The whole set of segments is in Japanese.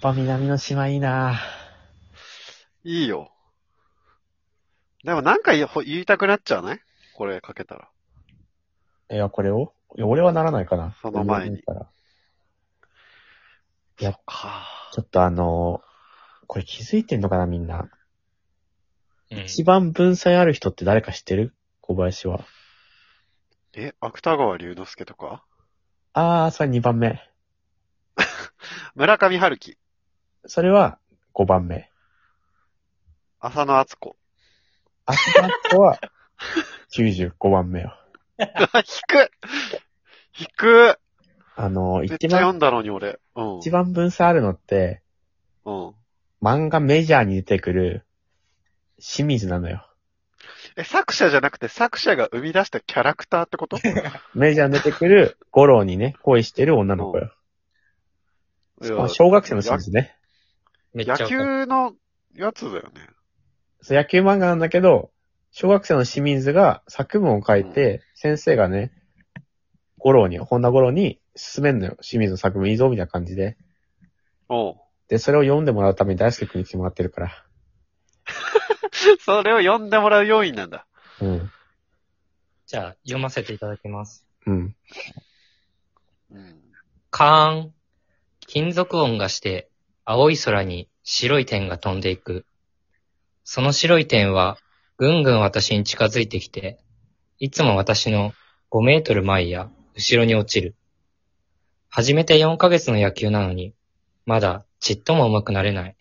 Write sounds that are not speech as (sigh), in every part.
ぱ南の島いいないいよ。でもなんか言い言いたくなっちゃうねこれかけたら。いや、これをいや、俺はならないかな。その俺は前にないからいそやっか。ちょっとあのーこれ気づいてんのかな、みんな。うん。一番文才ある人って誰か知ってる小林は。え、芥川龍之介とかあー、それ2番目。村上春樹、それは5番目。浅野敦子。アスパット (laughs) は95番目よ。低っ低っあのーめっ一ちゃ読番、んだのに俺。うん。一番文才あるのって、うん。漫画メジャーに出てくる、清水なのよ。え、作者じゃなくて作者が生み出したキャラクターっ (laughs) てこといメジャーに出てくる、五郎にね、恋してる女の子よ。やまあ小学生の清水ね。めっちゃわか野球るのやつだよね。そう野球漫画なんだけど、小学生の清水が作文を書いて、先生がね、五郎に、本田五郎に勧めんのよ。清水の作文いいぞ、みたいな感じで。おうで、それを読んでもらうために大輔君に来てもらってるから。 (laughs) それを読んでもらう要因なんだ。うん。じゃあ、読ませていただきます。うん。うん。カーン。金属音がして、青い空に白い点が飛んでいく。その白い点は、ぐんぐん私に近づいてきて、いつも私の5メートル前や後ろに落ちる。始めて4ヶ月の野球なのに、まだちっとも上手くなれない。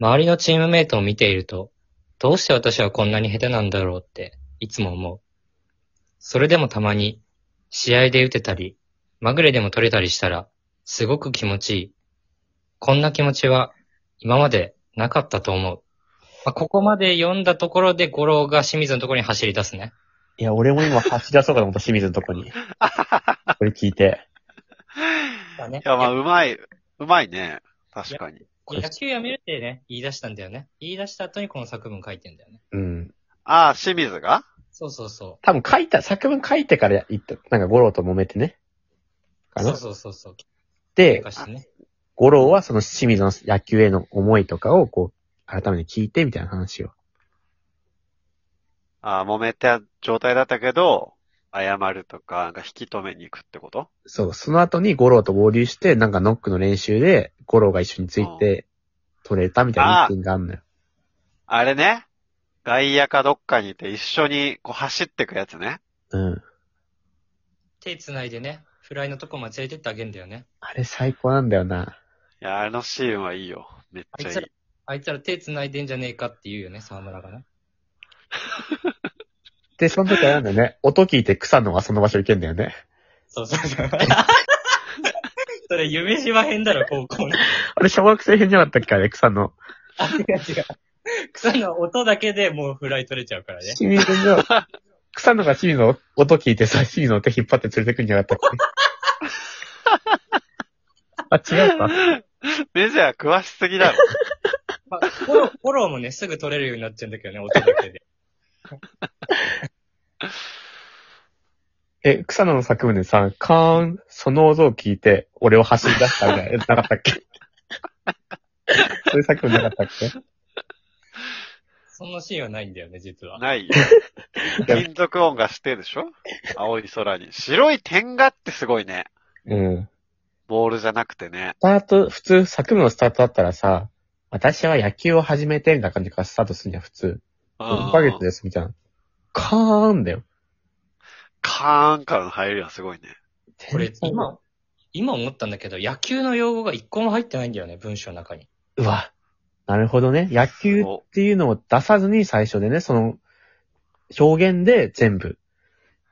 周りのチームメイトを見ていると、どうして私はこんなに下手なんだろうって、いつも思う。それでもたまに、試合で打てたり、まぐれでも取れたりしたら、すごく気持ちいい。こんな気持ちは、今までなかったと思う。まあ、ここまで読んだところで、五郎が清水のところに走り出すね。いや、俺も今走り出そうかと思った、清水のとこに。 (laughs) これ聞いて。だねいや、まあ、うまい、うまいね。確かに。野球やめるってね、言い出したんだよね。言い出した後にこの作文書いてんだよね。うん。ああ、清水がそうそうそ多分書いた、作文書いてから言った、なんか五郎と揉めてね。う。かそなう。そうそうそう。で喧、嘩してね。五郎はその清水の野球への思いとかを、こう、改めて聞いてみたいな話を。ああ、揉めた状態だったけど、謝るとか、なんか引き止めに行くってことそう、その後に五郎と合流して、なんかノックの練習で、五郎が一緒について、取れたみたいな意見があるのよ。あれね。外野かどっかにいて一緒にこう走ってくやつね。うん。手繋いでね、フライのとこまで連れてってあげんだよね。あれ最高なんだよな。いや、あのシーンはいいよ。めっちゃいあいいつ。らあいつら手繋いでんじゃねえかって言うよね、沢村がね。で、その時あれなんだよね。音聞いて草野はその場所行けんだよね。そうそ (laughs) うそう。それ、夢島編だろ、高校の。あれ小学生編じゃなかったっけあれ、草野。あ、違う違う。 (laughs) 草の音だけでもうフライ取れちゃうからね。清水の、草野が清水の音聞いてさ、清水の手引っ張って連れてくんじゃなかったっけあ、違うか。メジャー詳しすぎだろ。まあ、フォロー、フォローもね、すぐ取れるようになっちゃうんだけどね、音だけで。 (laughs) え、草野の作文でさ、カーン、その音を聞いて、俺を走り出したみたいな、なかったっけそういう作文なかったっけそんなシーンはないんだよね、実 (laughs) は。ないよ。金属音がしてでしょ青い空に。白い点がってすごいね。うん。ボールじゃなくてね。スタート、普通、作文のスタートだったらさ、私は野球を始めて、みたいな感じからスタートするには普通。うん5ヶ月です、みたいな。カーンだよ。カーンからの入りはすごいね。これ、今、今思ったんだけど、野球の用語が一個も入ってないんだよね、文章の中に。うわ。なるほどね。野球っていうのを出さずに最初でね、その、表現で全部。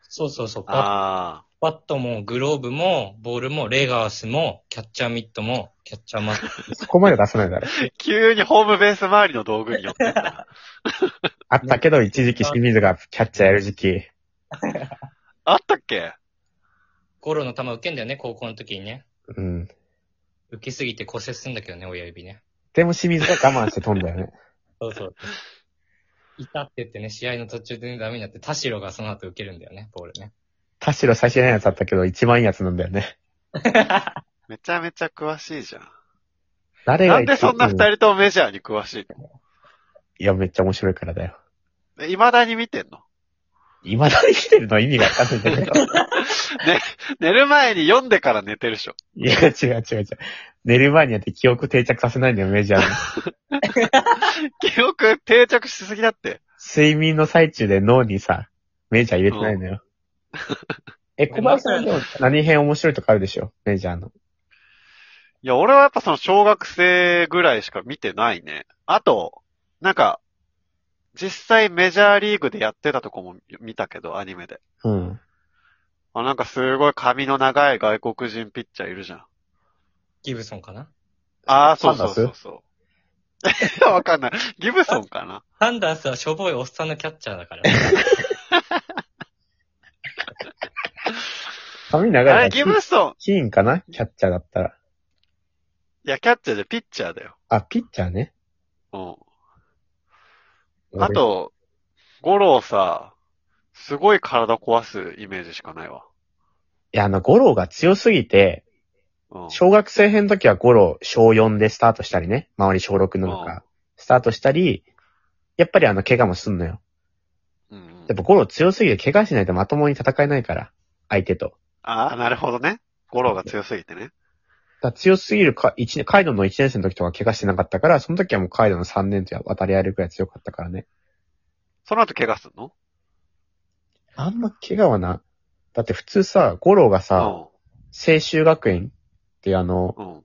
そうそうそう。バあッバットも、グローブも、ボールも、レガースも、キャッチャーミットも、キャッチャーマット。そこまで出さないだろ。あ。急にホームベース周りの道具によって (laughs) た。あったけど、一時期清水がキャッチャーやる時期。あったっけゴロの球受けんだよね、高校の時にね。うん。受けすぎて骨折するんだけどね、親指ね。でも清水が我慢して飛んだよ (laughs) ね。そうそう。いたって言ってね、試合の途中でダメになって、田代がその後受けるんだよね、ボールね。田代最初にやつだったけど、一番いいやつなんだよね。めちゃめちゃ詳しいじゃん。誰がなんでそんな二人ともメジャーに詳しいいや、めっちゃ面白いからだよ。の未だに見てんの (laughs) 今だに来てるのは意味がわかんないんだけど。寝る前に読んでから寝てるでしょ。 (laughs) いや、違う違う違う。寝る前にやって記憶定着させないんだよ、メジャーに。記憶定着しすぎだって。睡眠の最中で脳にさ、メジャー入れてないのよ。え、小林さんでも何編面白いとかあるでしょメジャーの。いや、俺はやっぱその小学生ぐらいしか見てないね。あと、なんか、実際メジャーリーグでやってたとこも見たけど、アニメで。うん。あ、なんかすごい髪の長い外国人ピッチャーいるじゃん。ギブソンかなああ、そサうンそダうースそうそう。い (laughs) や、わかんない。ギブソンかなサンダースはしょぼいおっさんのキャッチャーだから。髪長いあかれ、らギブソン。キーンかなキャッチャーだったら。いや、キャッチャーでピッチャーだよ。あ、ピッチャーね。うん。あ、と、ゴローさ、すごい体壊すイメージしかないわ。いや、あの、ゴロが強すぎて、うん。小学生編の時はゴロ小4でスタートしたりね。周り小6なのうんか、スタートしたり、やっぱりあの、怪我もすんのよ。うんうんやっぱゴロ強すぎて怪我しないとまともに戦えないから、相手と。ああ、なるほどね。ゴローが強すぎてね。だから強すぎるか、一年、カイドウの1年生の時とか怪我してなかったから、その時はもうカイドウの3年と渡り合えるくらい強かったからね。その後怪我すんのあんま怪我はな。だって普通さ、ゴロがさ、青州学園っていうあの、うん。うん。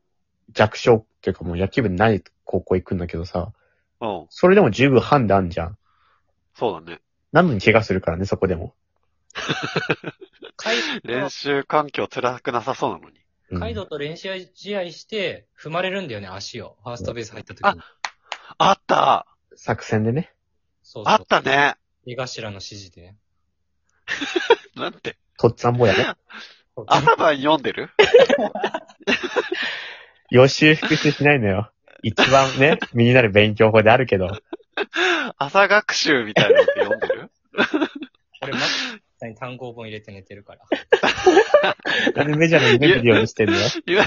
弱小っていうかもう野球部にない高校行くんだけどさ、うん。それでも十分ハンデあんじゃん。そうだね。なのに怪我するからね、そこでも。カイ練習環境辛くなさそうなのに。うんカイドウと練習試合して、踏まれるんだよね、足を。ファーストベース入った時に。あった作戦でね。そうあそうっ。たね江頭の指示でね。なんて。とっつぁん坊やね。 (laughs) 朝晩読んでる (laughs) 予習復習しないのよ。一番ね、身になる勉強法であるけど。朝学習みたいなのって読んでる (laughs) 俺、マッに単行本入れて寝てるから。なんでメジャーの夢見るようにしてんのよ。いや